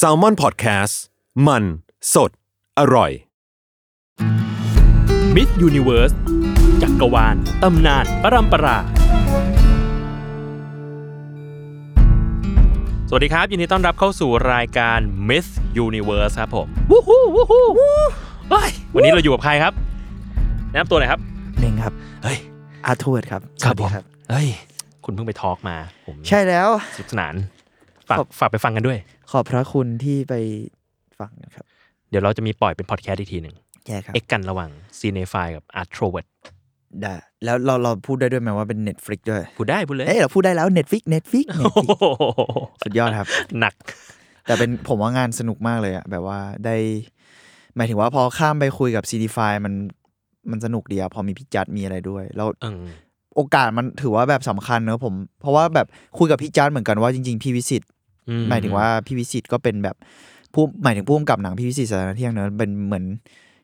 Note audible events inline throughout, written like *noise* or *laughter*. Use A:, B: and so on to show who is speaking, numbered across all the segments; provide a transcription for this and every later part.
A: s a l m o n PODCAST มันสดอร่อย
B: มิสยูนิเวิร์สจักรวาล ตำนาน ปรัมปรา สวัสดีครับ ยินดีต้อนรับเข้าสู่รายการ Miss Universe ครับผมวู้ฮู้วู้ฮู้เฮ้ยวันนี้เราอยู่กับใครครับ แนะนำตัวหน่อยครับ
C: หนึ่งครับ
B: เฮ้ย
C: อาร์ทเวิร์ดครับสวัสดี
B: เฮ้ย คุณเพิ่งไปทอล์กมาผม
C: ใช่แล้ว
B: สนุกสนาน ฝาก
C: ขอบ
B: ฝากไปฟังกันด้วย
C: ขอบพระคุณที่ไปฟังนะครับ
B: เดี๋ยวเราจะมีปล่อยเป็นพอดแคสต์อีกทีหนึ่ง
C: แย่ครับ
B: เอ็กกันระหว่างซีเนฟายกับอาร์โทรเวิร์ด
C: ได้แล้วเราเราพูดได้ด้วยไหมว่าเป็น Netflix ด้วย
B: พูดได้พูดเลย
C: เอ้ยเราพูดได้แล้ว Netflix *laughs* Netflix
B: โอ้
C: Netflix
B: โห
C: สุดยอดครับ
B: หนัก
C: แต่เป็นผมว่างานสนุกมากเลยอะแบบว่าได้หมายถึงว่าพอข้ามไปคุยกับ CD5 มันมันสนุกดีอะพอมีพี่จัดมีอะไรด้วย แล้ว
B: อืม
C: โอกาสมันถือว่าแบบสำคัญเนอะผม เพราะว่าแบบคุยกับพี่จัดเหมือนกันว่าจริงๆพี่วิสิต
B: อื
C: หมายถึงว่าพี่วิสิตก็เป็นแบบผู้หมายถึงผู้กำกับหนังพี่วิสิตสารเที่ยงเนอะเป็นเหมือน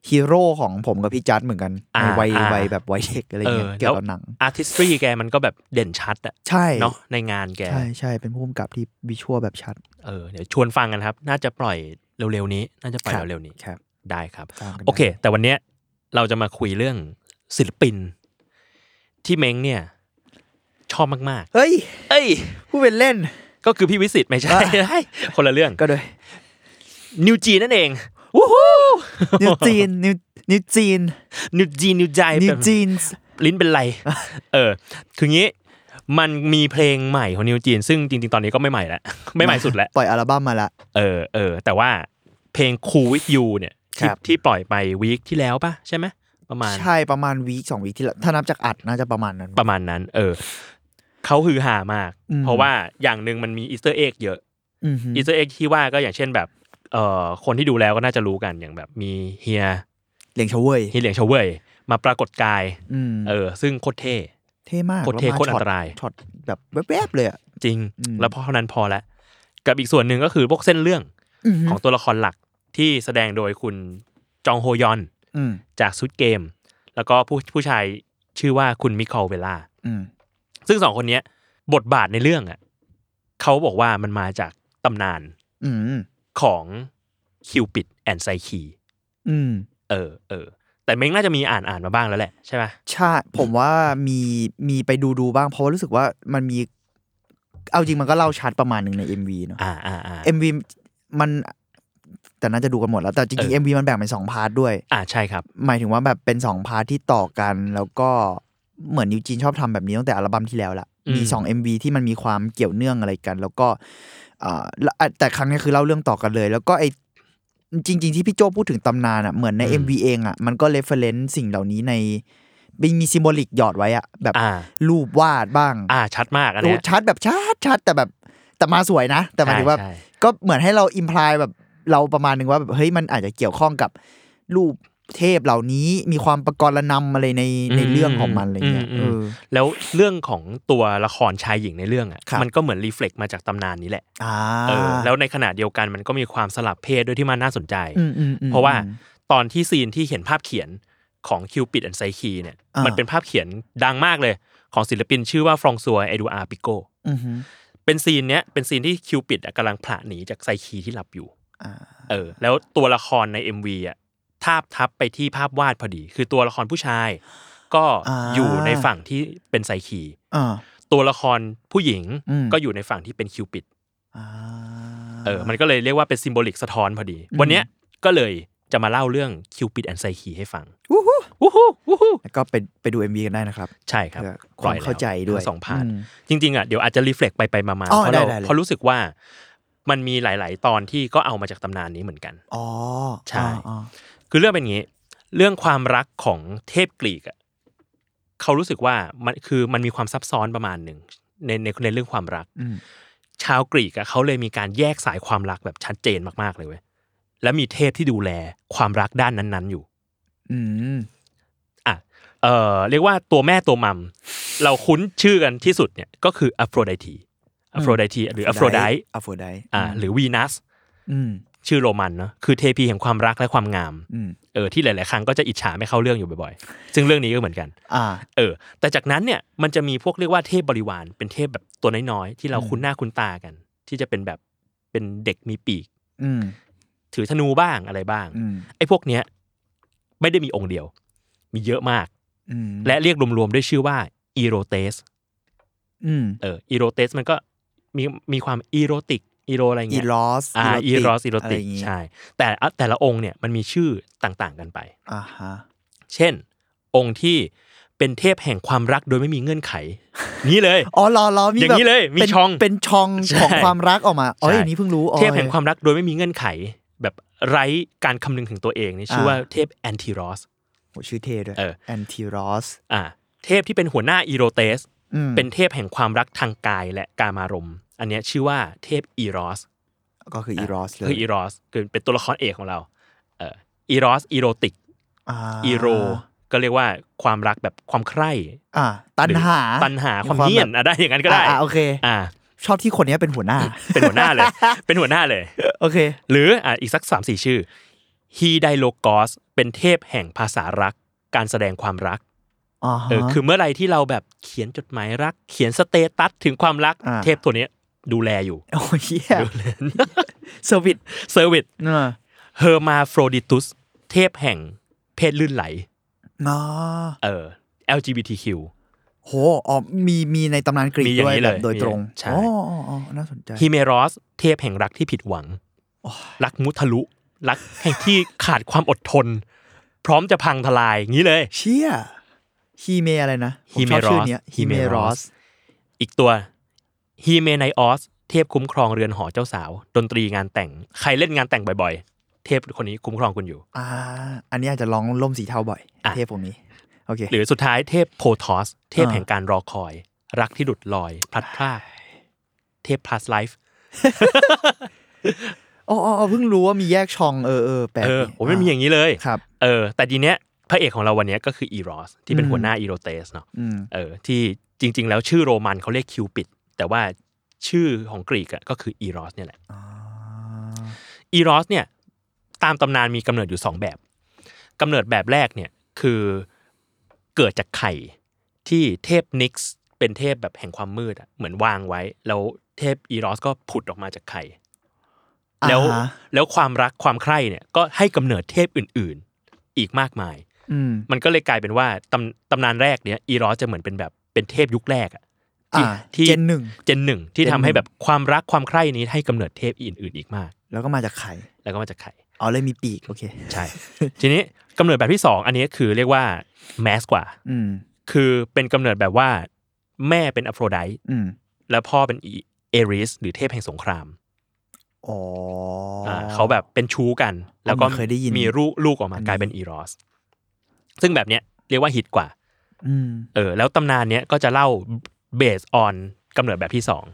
C: ฮีโร่ของผมกับพี่จัดเหมือนกัน
B: อ่า
C: ในวัย
B: อ่า
C: วัยแบบวัยเด็กอะไรเงี้ย
B: เออ
C: เกี่ยวกับหนัง
B: อาร์ติสตรีแกมันก็แบบเด่นชัดอะ
C: ใช่
B: เนาะในงานแก
C: ใช่ใช่เป็นผู้กำกับที่วิชวลแบบชัด
B: เออเดี๋ยวชวนฟังกันครับ น่าจะปล่อยเร็วๆนี้ น่าจะปล่อย
C: ครับ
B: เร็วๆนี้
C: ครับ
B: ได้ครับ
C: ตามกัน
B: โอเค แต่วันเนี้ยเราจะมาคุยเรื่องศิลปิน ที่เม้งเนี่ย ชอบมาก
C: เฮ้ย
B: ๆ เอ้ย
C: พูดเป็นเล่น
B: ก็คือพี่วิสิตไม่ใช่ *laughs* คนละเรื่อง
C: ก็เลย
B: นิวจีนั่นเอง
C: นิ
B: *laughs*
C: วจีนนิวนิวจีน
B: นิวจีนิวใจ
C: นิว
B: เป็น
C: จีน
B: ลิ้นเป็นไร เออคืองี้มันมีเพลงใหม่ของนิวจีน ซึ่งจริงๆตอนนี้ก็ไม่ใหม่แล้ว *laughs* ไม่ใหม่สุดแล้ว
C: ปล่อยอัลบั้มมาละ
B: เออเออแต่ว่าเพลง Cool with You เนี่ยที่
C: ครับ
B: ที่ปล่อยไปวีคที่แล้วปะใช่ไหมประมาณ
C: ใช่ประมาณวีคสองวีคที่แล้วถ้านับจากอัดน่าจะประมาณนั้น
B: ประมาณนั้น เออเขาฮือฮามาก
C: อืม
B: เพราะว่าอย่างหนึ่งมันมีอีสเตอร์เอ็กเยอะ
C: อือหือ
B: อีสเตอร์เอ็กที่ว่าก็อย่างเช่นแบบเอ่อคนที่ดูแล้วก็น่าจะรู้กันอย่างแบบมีเฮีย
C: เหลียงเฉวย
B: เฮียเหลียงเฉาเว่ยมาปรากฏกาย
C: อืม
B: เออซึ่งโคตรเท่
C: เท่มาก
B: โคตรเท่
C: แล้วมา
B: โคตรอันตราย
C: ช็อตช็อตแบบแวบๆเลยอะ
B: จริง
C: อืม
B: แล้วพอเท่านั้นพอละกับอีกส่วนหนึ่งก็คือพวกเส้นเรื่อง
C: อือหือ
B: ของตัวละครหลักที่แสดงโดยคุณจองโฮยอน
C: อืม
B: จากซุดเกม แล้วก็ผู้ผู้ชายชื่อว่าคุณมิคอลเวล่า
C: อืม
B: ซึ่งสองคนเนี้ย บทบาทในเรื่องอ่ะเขาบอกว่ามันมาจากตำนาน
C: อืม
B: ของคิวปิดแอนไซคี
C: อืม
B: เออเออ แต่เม้งน่าจะมีอ่านอ่านมาบ้างแล้วแหละใช่ไหม
C: ใช่ ผมว่ามีมีไปดูดูบ้าง เพราะว่ารู้สึกว่ามันมี เอาจริงมันก็เล่าชัดประมาณหนึ่งใน MV เนอะ
B: อ่าอ่าอ่า
C: MV มันแต่น่าจะดูกันหมดแล้ว แต่จริง
B: เออ
C: ๆ MV มันแบ่งเป็นสองพาร์ทด้วย
B: อ่าใช่ครับ
C: หมายถึงว่าแบบเป็นสองพาร์ทที่ต่อกัน แล้วก็เหมือนนิวจีนชอบทำแบบนี้ตั้งแต่อัลบั้มที่แล้วละ
B: อืม
C: มีสอง MV ที่มันมีความเกี่ยวเนื่องอะไรกัน แล้วก็อ่าแล้วอ่ะแต่ครั้งนี้คือเล่าเรื่องต่อกันเลย แล้วก็ไอจริง ๆ ที่พี่โจพูดถึงตำนานอ่ะเหมือนใน MV เองอ่ะมันก็เรฟเฟรนซ์สิ่งเหล่านี้ในมีซิมโบลิกหยอดไว้อ่ะแบบ
B: อ่า
C: รูปวาดบ้าง
B: อ่าชัดมากอัน
C: โอ้
B: เนี้ย
C: ชัดแบบชัดชัดแต่แบบแต่มาสวยนะ แต่หมายถึงว่า
B: ใช่ใช่
C: ก็เหมือนให้เราอิมพลายแบบเราประมาณหนึ่งว่าแบบเฮ้ยมันอาจจะเกี่ยวข้องกับรูปเทพเหล่านี้มีความประกรณนำอะไรในใน
B: อืม
C: เรื่องของมันอะไรเงี้ย
B: อืม
C: เอ
B: อืม
C: อ
B: แล้วเรื่องของตัวละครชายหญิงในเรื่องอ่ะ
C: ครับ
B: มันก็เหมือนรีเฟล็กมาจากตำนานนี้แหละ
C: อ่า
B: เออแล้วในขณะเดียวกันมันก็มีความสลับเพศด้วยที่มันน่าสนใจ
C: อืมอืมอืม
B: เพราะว่าตอนที่ซีนที่เห็นภาพเขียนของคิวปิดแอนไซคีเนี่ย
C: อ่ามั
B: มันเป็นภาพเขียนดังมากเลย ของศิลปินชื่อว่าฟรองซัวเอดูอาปิโก
C: อือหือ
B: เป็นซีนเนี้ยเป็นซีนที่คิวปิดอะกำลังผละหนีจากไซคีที่หลับอยู่
C: อ่า
B: เออแล้วตัวละครใน MV อ่ะทาบทับไปที่ภาพวาดพอดี คือตัวละครผู้ชาย ก็อยู่ในฝั่งที่เป็นไซคี
C: อ่า
B: ตัวละครผู้หญิง
C: อืม
B: ก็อยู่ในฝั่งที่เป็นคิวปิด
C: อ่า
B: เออ มันก็เลยเรียกว่าเป็นซิมโบลิกสะท้อนพอดี วันเนี้ยก็เลยจะมาเล่าเรื่องคิวปิดแอนไซคีให้ฟัง
C: วู้ฮู้
B: วู้ฮู้วู้ฮู้
C: แล้วก็ไปไปดู MV กันได้นะครับ
B: ใช่ครับ
C: เพื่อค
B: ปล่
C: วา
B: อย
C: ม
B: แล้ว
C: เข้าใจด้วย
B: ทั้งสองพาร์ท
C: ม
B: จริง ๆ อ่ะ เดี๋ยวอาจจะรีเฟล็กไปไปมามา
C: อ๋อ
B: เพราะเรา
C: ได้ได้เลย
B: เพราะรู้สึกว่ามันมีหลาย ๆ ตอนที่ก็เอามาจากตำนานนี้เหมือนกัน
C: อ๋อ
B: ใช่
C: อ๋อ
B: คือเรื่องเป็นอย่างงี้ เรื่องความรักของเทพกรีกอ่ะเขารู้สึกว่ามันคือมันมีความซับซ้อนประมาณหนึ่งในในในเรื่องความรัก
C: อืม
B: ชาวกรีกอะเขาเลยมีการแยกสายความรักแบบชัดเจนมากๆเลยเว้ยและมีเทพที่ดูแลความรักด้านนั้นๆอยู่
C: อืม
B: อ่ะเอ่อเรียกว่าตัวแม่ตัวมัม เราคุ้นชื่อกันที่สุดเนี่ยก็คืออโฟรไดที
C: อื
B: อ
C: ม
B: โฟรไดทีหรืออโฟรไดต์
C: อโฟรไดต์
B: อ่าหรือวีนัส
C: อืม
B: ชื่อโรมันเนาะคือเทพีแห่งความรักและความงาม
C: อืม
B: เออที่หลาย ๆ ครั้งก็จะอิจฉาไม่เข้าเรื่องอยู่บ่อยๆ ซึ่งเรื่องนี้ก็เหมือนกัน
C: อ่า
B: เออแต่จากนั้นเนี่ยมันจะมีพวกเรียกว่าเทพบริวาร เป็นเทพแบบตัวน้อย ๆ ที่เรา
C: อืม
B: คุ้นหน้าคุ้นตากัน ที่จะเป็นแบบเป็นเด็กมีปีก
C: อืม
B: ถือธนูบ้างอะไรบ้าง
C: อืม
B: ไอ้พวกเนี้ยไม่ได้มีองค์เดียว มีเยอะมาก
C: อืม
B: และเรียกรวมๆด้วยชื่อว่าอีโรเตส
C: อืม
B: เอออีโรเตสมันก็มีมีความอีโรติกอีโรอะไร
C: อี
B: เงี้ย
C: ลอส
B: อ่าอีโรสอีโร
C: อะ
B: ติ
C: ไอก ย่างงี้
B: ใช่ แต่ละแต่ละองค์เนี่ยมันมีชื่อต่างๆกันไป
C: อ่าฮะ
B: เช่น องค์ที่เป็นเทพแห่งความรักโดยไม่มีเงื่อนไข นี่เลย
C: อ๋อรอรอมี
B: อย่างนี้เลยมี
C: เป็น
B: ช่อง
C: เป็นช่อง
B: ใช่
C: ของความรักออกมาอ๋อ
B: ใช่
C: อย่างนี้เพิ่งรู้อ๋อ
B: เทพแห่งความรักโดยไม่มีเงื่อนไข แบบไร้การคำนึงถึงตัวเองนี่ชื่อว่าเทพแอนติรอส
C: โหชื่อเทด้วย
B: เออ
C: แอนติรอส
B: อ่าเทพที่เป็นหัวหน้าอีโรเตส
C: อืม
B: เป็นเทพแห่งความรักทางกายและกามารมณ์ อันเนี้ยชื่อว่าเทพอีรอส
C: ก็คืออีรอสเลย
B: คืออีรอสคือเป็นตัวละครเอกของเราเอ่ออีรอสอีโรติก
C: า
B: อีโร ก็เรียกว่าความรักแบบความใคร่
C: อ่าตันหา
B: รือตันหาความเหี้ยน
C: แบบ
B: อะได้อย่างนั้นก็ได้
C: อ่าโอเค
B: อ่า
C: ชอบที่คนเนี้ยเป็นหัวหน้า
B: เป็นหัวหน้าเลย เป็นหัวหน้าเลย
C: โอเค
B: หรืออ่าอีกสักสามสี่ชื่อฮีไดโลกอสเป็นเทพแห่งภาษารัก การแสดงความรัก
C: อ๋อฮะ
B: เออคือเมื่อไหรที่เราแบบเขียนจดหมายรัก เขียนสเตตัสถึงความรัก
C: อ่า
B: เทพตัวเนี้ยดูแลอยู่
C: โอ้ยเหี้ยเซอร์วิส
B: เซอร์วิส
C: เนอะ
B: เฮอร์มาโฟรดิตุสเทพแห่งเพศลื่นไหล
C: อ๋อ
B: เออ LGBTQ
C: โหอ๋อมีมีในตำนานกรีก
B: มีอย่าง
C: ด้วย
B: นี้
C: แบบ
B: เลย
C: โดยตรง
B: ใช่
C: อ๋ออ๋ออ๋อน่าสนใจ
B: ฮิเมรอสเทพแห่งรักที่ผิดหวัง รักมุทะลุ รักแห่งที่ขาดความอดทน พร้อมจะพังทลายอย่างนี้เลย
C: เชี่ยฮีเมอะไรนะผชบ
B: Himeros
C: ชื่อเนี้ยฮีเมรอ
B: Himeros
C: ส
B: อีกตัวฮิเมไนออสเทพคุ้มครองเรือนหอเจ้าสาว ดนตรีงานแต่ง ใครเล่นงานแต่งบ่อยๆ เทพคนนี้คุ้มครองคุณอยู่
C: อ่า อันนี้อาจจะร้องล่มสีเทาบ่อย
B: อ่ะ
C: เทพผมนี้ โอเค
B: หรือสุดท้ายเทพโพทอส เทพ
C: อ่า
B: แห่งการรอคอย รักที่หลุดลอย พลัดพราก เทพ plus life
C: อ๋ออ๋ออ๋อเพิ่งรู้ว่ามีแยกช่องเออเออแปลก
B: เออ
C: ดี
B: ผมไม่มีอย่างนี้เลย
C: ครับ
B: เออแต่ทีเนี้ยพระเอกของเราวันเนี้ยก็คืออีรอสที่เป็น
C: อืม
B: หัวหน้าอีโรเตสเนาะ
C: อืม
B: เออที่จริง ๆ แล้วชื่อโรมันเขาเรียกคิวปิด แต่ว่าชื่อของกรีกอะก็คืออีรอสเนี่ยแหละอีรอสเนี่ยตามตำนานมีกำเนิดอยู่สองแบบกำเนิดแบบแรกเนี่ยคือเกิดจากไข่ที่เทพนิกส์เป็นเทพแบบแห่งความมืดอะเหมือนวางไว้ แล้วเทพอีรอสก็ผุดออกมาจากไข่แล้ว
C: อ่าฮะ
B: แล้วความรักความใคร่เนี่ยก็ให้กำเนิดเทพอื่น ๆ อีกมากมาย
C: อืม
B: มันก็เลยกลายเป็นว่าตำตำนานแรกเนี่ยอีรอสจะเหมือนเป็นแบบเป็นเทพยุคแรกอะที่
C: อ่าเจนหนึ่ง
B: เจนหนึ่งที่
C: เจนหนึ่
B: ทำ
C: ง
B: ให้แบบความรักความใคร่นี้ให้กำเนิดเทพอื่น ๆ อีกมาก
C: แล้วก็มาจากไข่
B: แล้วก็มาจากไข่
C: อ๋อเลยมีปีก โอเค
B: ใช่ ทีนี้กำเนิดแบบที่สองอันนี้คือเรียกว่าแมสกว่า
C: อืม
B: คือเป็นกำเนิดแบบว่าแม่เป็นอโฟรไดต์
C: อืม
B: แล้วพ่อเป็นอีเอริสหรือเทพแห่งสงคราม
C: อ๋ออ
B: ่าเขาแบบเป็นชู้กัน แล้วก็
C: ผมเคยได้ยิน
B: มีลูกลูกออก
C: อั
B: มาน
C: นี้
B: กลายเป็นอีรอสซึ่งแบบเนี้ยเรียกว่าฮิตกว่า
C: อืม
B: เออแล้วตำนานเนี้ยก็จะเล่าเบสออนกำเนิดแบบที่สอง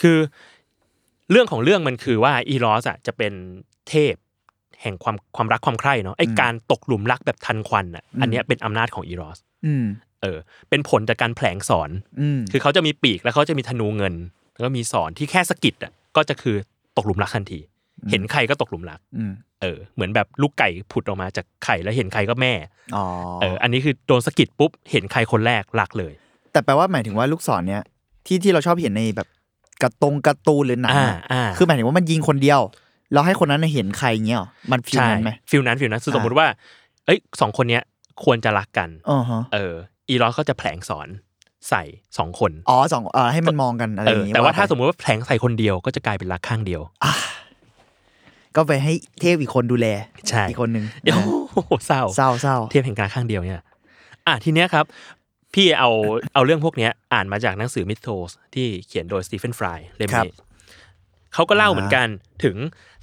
B: คือเรื่องของเรื่องมันคือว่าอีรอสอ่ะจะเป็นเทพแห่งความความรักความใคร่เนาะไอการตกหลุมรักแบบทันควันอ่ะอันเนี้ยเป็นอำนาจของอีรอส
C: อืม
B: เออเป็นผลจากการแผลงสอน
C: อืม
B: คือเขาจะมีปีกแล้วเขาจะมีธนูเงิน แล้วก็มีสอนที่แค่สะกิดอ่ะก็จะคือตกหลุมรักทันที เห็นใครก็ตกหลุมรัก
C: อืม
B: เออเหมือนแบบลูกไก่ผุดออกมาจากไข่แล้วเห็นใครก็แม่
C: อ๋อ
B: เอออันนี้คือโดนสะกิดปุ๊บ เห็นใครคนแรกรักเลย
C: แต่แปลว่าหมายถึงว่าลูกศรเนี้ยที่ที่เราชอบเห็นในแบบกระตงการ์ตูนหรือหนัง
B: อ่า
C: อะ
B: อ่า
C: คือหมายถึงว่ามันยิงคนเดียว เราให้คนนั้นนะเห็นใครเงี้ยหรอมันฟิล
B: ใช่
C: นั้นไหม
B: ฟิลนั้นฟิลนั้นคือส
C: อ่า
B: มมติว่า เอ้ยสองคนเนี้ยควรจะรักกัน
C: อ๋อฮะ
B: เออ อีรอสก็จะแผลงสอนใส่สองคน
C: อ๋อสองเออให้มันมองกันอะไร
B: เอ
C: อ
B: อย่าง
C: งี้
B: แต่ว่าถ้าสม
C: ไป
B: มติว่าแผลงใส่คนเดียวก็จะกลายเป็นรักข้างเดียว
C: ก็ไปให้เทพอีกคนดูแล
B: ใช่
C: อีกคนหนึ่ง
B: โอ้โหเศร้า
C: เศร้าเศร้า
B: เทียบแห่งการข้างเดียวเนี่ยอ่ะทีเนี้ยครับ พี่เอาเอาเรื่องพวกเนี้ยอ่านมาจากหนังสือมิทโ s ที่เขียนโดยสตีเฟนฟรายเล่มนี้เขาก็เล่าเหมือนกันถึง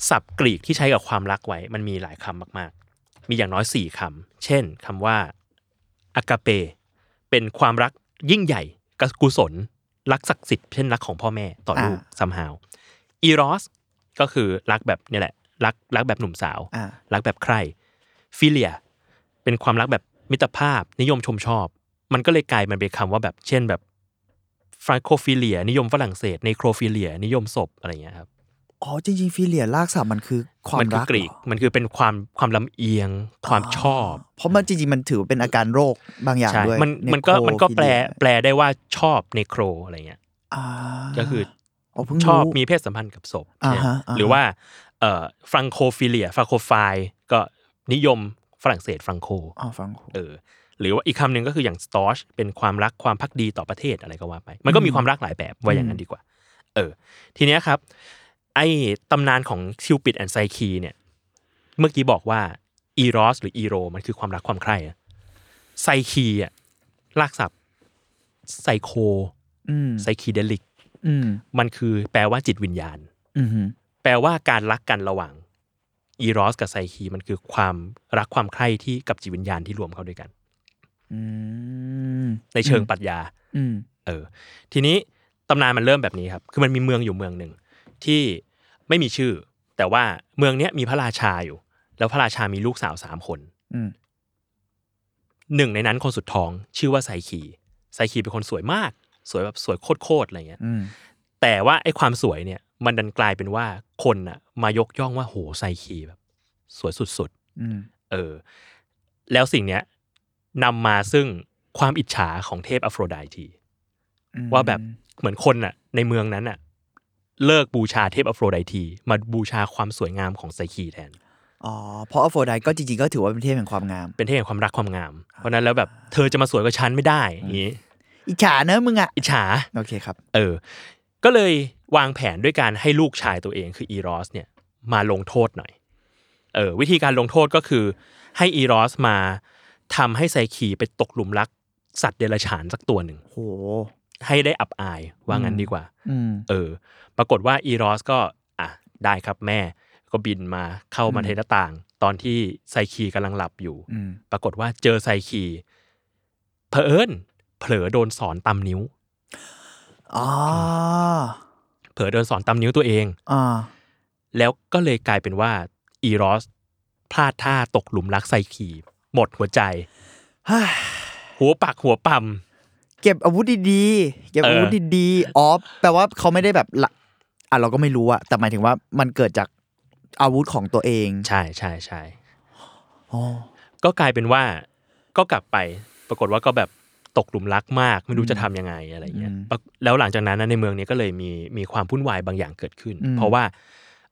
B: ศัพท์กรีกที่ใช้กับความรักไว้ มันมีหลายคำมากๆ มีอย่างน้อยสี่คำเช่นคำว่าอากาเป เป็นความรักยิ่งใหญ่กกุศล รักศักดิ์สิทธิ์เช่นรักของพ่อแม่ต่อลูก
C: อ่า
B: ซัมฮาวอีรอสก็คือรักแบบเนี่ยแหละ รักรักแบบหนุ่มสาว
C: อ่า
B: รักแบบใครฟิเลีย เป็นความรักแบบมิตรภาพนิยมชมชอบ มันก็เลยกลายมันเป็นคำว่าแบบเช่นแบบฟรังโคฟิเลีย นิยมฝรั่งเศสในโครฟิเลีย นิยมศพอะไรอย่างเงี้ยครับ
C: อ๋อจริงๆฟิเลียลากศัพท์มันคือความ
B: มัคื
C: รัก
B: กรีก
C: เหรอ
B: มันคือเป็นความความลำเอียง ความชอบ
C: เพราะมันจริงๆมันถือเป็นอาการโรคบางอย่าง
B: ใช่
C: ด้วย
B: มันมันก็มันก็แปลแปลได้ว่าชอบในโครอะไรเงี้ย
C: อ่า
B: ก็คือ
C: อเพิ่ง
B: ชอบ
C: รู้
B: มีเพศสัมพันธ์กับศพ
C: อ่าฮะ
B: ใช่ไหม
C: อ่าฮะ
B: หรือว่าเอ่อฟรังโคฟิเลียฟรังโคไฟล์ก็นิยมฝรั่งเศสฟรังโค
C: อ๋อฟังครู
B: เออหรือว่าอีกคำหนึ่งก็คืออย่างสตอชเป็นความรักความพักดีต่อประเทศอะไรก็ว่าไป มันก็มีความรักหลายแบบว่าอย่างนั้นดีกว่า เออ ทีเนี้ยครับ ไอ้ตำนานของคิวปิดแอนไซคีเนี่ย เมื่อกี้บอกว่าอีรอสหรืออีโร มันคือความรักความใคร่อะไซคีอะลากศัพท์ไซโค
C: อืม
B: ไซคีเดลิก
C: อืม
B: มันคือแปลว่าจิตวิญญาณ
C: อืมฮึ
B: แปลว่าการรักกันระหว่างอีรอสกับไซคีมันคือความรักความใคร่ที่กับจิตวิญญาณที่รวมเข้าด้วยกัน
C: อืม
B: ในเชิงปรัชญา
C: อืม
B: เออ ทีนี้ตำนานมันเริ่มแบบนี้ครับ คือมันมีเมืองอยู่เมืองหนึ่งที่ไม่มีชื่อ แต่ว่าเมืองเนี้ยมีพระราชาอยู่ แล้วพระราชามีลูกสาวสามคน
C: อืม
B: หนึ่งในนั้นคนสุดท้องชื่อว่าไซคีไซคีเป็นคนสวยมาก สวยแบบสวยโคตรๆอะไรเงี้ย
C: อืม
B: แต่ว่าไอ้ความสวยเนี่ยมันดันกลายเป็นว่าคนน่ะมายกย่องว่าโหไซคีแบบ สวยสุด
C: อืม
B: ๆ เออ แล้วสิ่งเนี้ยนำมาซึ่งความอิจฉาของเทพอโฟรไดที
C: อืม
B: ว่าแบบเหมือนคนน่ะ ในเมืองนั้นน่ะ เลิกบูชาเทพอโฟรไดที มาบูชาความสวยงามของไซคีแทน
C: อ๋อเพราะอโฟไดก็จริงๆก็ถือว่าเป็นเทพแห่งความงาม
B: เป็นเทพแห่งความรักความงาม เพราะฉะนั้นแล้วแบบเธอจะมาสวยกว่าฉันไม่ได้อย่างนี้
C: อิจฉาเนอะมึงอ่ะ
B: อิจฉา
C: โอเคครับ
B: เออ ก็เลยวางแผนด้วยการให้ลูกชายตัวเองคืออีรอสเนี่ยมาลงโทษหน่อย เออวิธีการลงโทษก็คือให้อีรอสมาทำให้ไซคีไปตกหลุมรักสัตว์เดรัจฉานสักตัวหนึ่ง
C: โห
B: ให้ได้อับอายว่างั้นดีกว่า
C: อืม
B: เออ ปรากฏว่าอีรอสก็อ่ะได้ครับแม่ก็บินมาเข้ามา
C: อืม
B: ในหน้าต่าง ตอนที่ไซคีกำลังหลับอยู่
C: อืม
B: ปรากฏว่าเจอไซคีเผอิญเผลอโดนสอนตำนิ้ว
C: อ๋อ
B: เผลอโดนสอนตำนิ้วตัวเอง
C: อ่า *sighs*
B: แล้วก็เลยกลายเป็นว่าอีรอสพลาดท่าตกหลุมรักไซคี หมดหัวใจ
C: ฮ่า
B: หัวปักหัวปั๊ม
C: เก็บอาวุธดีๆ เก็บ
B: เออ
C: อา
B: อ
C: วุธดีๆ อ๋อ แปลว่าเขาไม่ได้แบบละอ่ะเราก็ไม่รู้อะแต่หมายถึงว่ามันเกิดจากอาวุธของตัวเอง
B: ใช่ใช่ใช่
C: อ๋อ
B: ก็กลายเป็นว่าก็กลับไป ปรากฏว่าก็แบบตกหลุมรักมาก ไม่รู้จะทำยังไงอะไรเงี้ยปรากแล้วหลังจากนั้นนะในเมืองนี้ก็เลยมีมีความวุ่นวายบางอย่างเกิดขึ้น เพราะว่า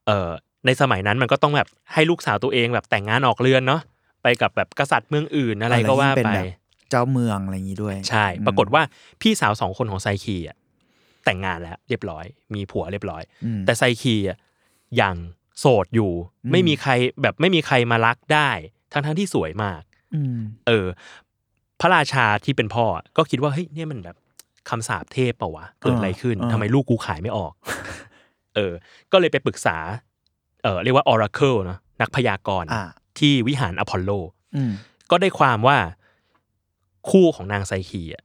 B: เออในสมัยนั้นมันก็ต้องแบบให้ลูกสาวตัวเองแบบแต่งงานออกเรือนเนาะไปกับแบบกษัตริย์เมืองอื่นอะไรก็ว่า
C: แล้วยิ่งเป็น
B: ไป
C: แบบเจ้าเมืองอะไรอย่างงี้ด้วย
B: ใช่ ปรากฏว่าพี่สาวสองคนของไซคีอ่ะแต่งงานแล้วเรียบร้อย มีผัวเรียบร้อย
C: อืม
B: แต่ไซคีอ่ะยังโสดอยู่ ไม่มีใครแบบไม่มีใครมารักได้ ทั้งทั้งๆที่สวยมาก
C: อืม
B: เออ พระราชาที่เป็นพ่ออ่ะก็คิดว่าเฮ้ยเนี่ยมันแบบคำสาปเทพเปล่าวะ เกิดอะไรขึ้น
C: อ่า
B: ทำไมลูกกูขายไม่ออก *laughs* เออ ก็เลยไปปรึกษา เออเรียกว่าออราเคิลนอะนักพยากรณ์
C: อ่า
B: ที่วิหารอพอลโล
C: อืม
B: ก็ได้ความว่าคู่ของนางไซคีอ่ะ